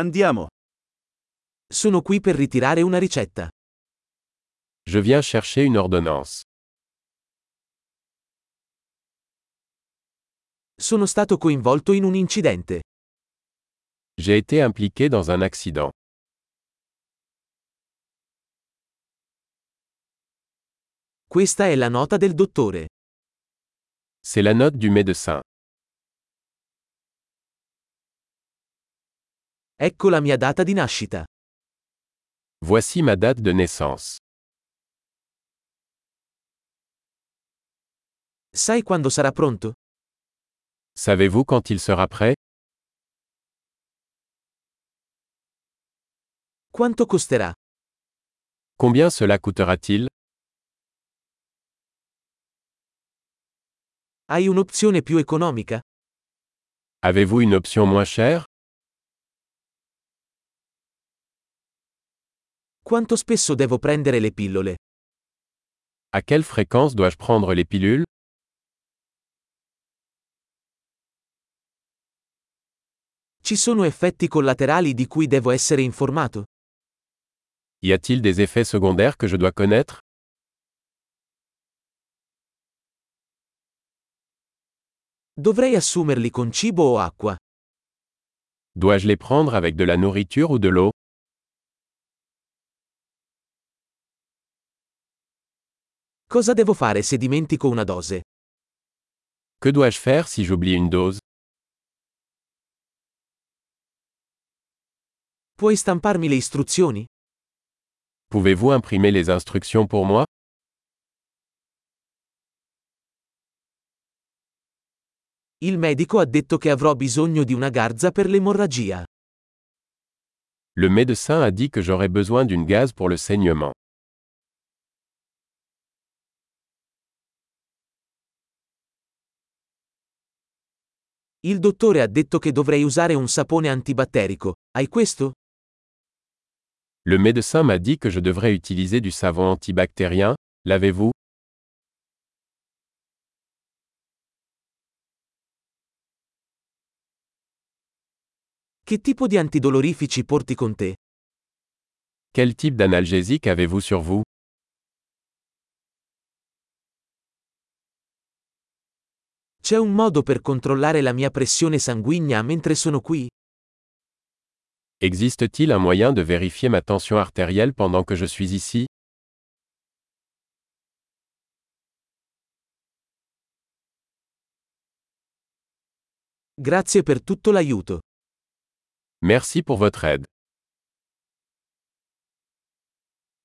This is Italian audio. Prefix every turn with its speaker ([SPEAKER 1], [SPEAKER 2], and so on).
[SPEAKER 1] Andiamo. Sono qui per ritirare una ricetta.
[SPEAKER 2] Je viens chercher une ordonnance.
[SPEAKER 1] Sono stato coinvolto in un incidente.
[SPEAKER 2] J'ai été impliqué dans un accident.
[SPEAKER 1] Questa è la nota del dottore.
[SPEAKER 2] C'est la note du médecin.
[SPEAKER 1] Ecco la mia data di nascita.
[SPEAKER 2] Voici ma date de naissance.
[SPEAKER 1] Sai quando sarà pronto?
[SPEAKER 2] Savez-vous quand il sera prêt
[SPEAKER 1] Quanto costerà?
[SPEAKER 2] Combien cela coûtera-t-il
[SPEAKER 1] Hai un'opzione più economica?
[SPEAKER 2] Avez-vous une option moins chère
[SPEAKER 1] Quanto spesso devo prendere le pillole?
[SPEAKER 2] À quelle fréquence dois-je prendre les pilules
[SPEAKER 1] Ci sono effetti collaterali di cui devo essere informato?
[SPEAKER 2] Y a-t-il des effets secondaires que je dois connaître
[SPEAKER 1] Dovrei assumerli con cibo o acqua?
[SPEAKER 2] Dois-je les prendre avec de la nourriture ou de l'eau
[SPEAKER 1] Cosa devo fare se dimentico una dose?
[SPEAKER 2] Que dois-je faire si j'oublie une dose
[SPEAKER 1] Puoi stamparmi le istruzioni?
[SPEAKER 2] Pouvez-vous imprimer les instructions pour moi
[SPEAKER 1] Il medico ha detto che avrò bisogno di una garza per l'emorragia.
[SPEAKER 2] Le médecin a dit que j'aurais besoin d'une gaz pour le saignement.
[SPEAKER 1] Il dottore ha detto che dovrei usare un sapone antibatterico. Hai questo?
[SPEAKER 2] Le médecin m'a dit que je devrais utiliser du savon antibactérien. L'avez-vous
[SPEAKER 1] Che tipo di antidolorifici porti con te?
[SPEAKER 2] Quel type d'analgésique avez-vous sur vous
[SPEAKER 1] C'è un modo per controllare la mia pressione sanguigna mentre sono qui?
[SPEAKER 2] Existe-t-il un moyen de vérifier ma tension artérielle pendant que je suis ici
[SPEAKER 1] Grazie per tutto l'aiuto.
[SPEAKER 2] Merci pour votre aide.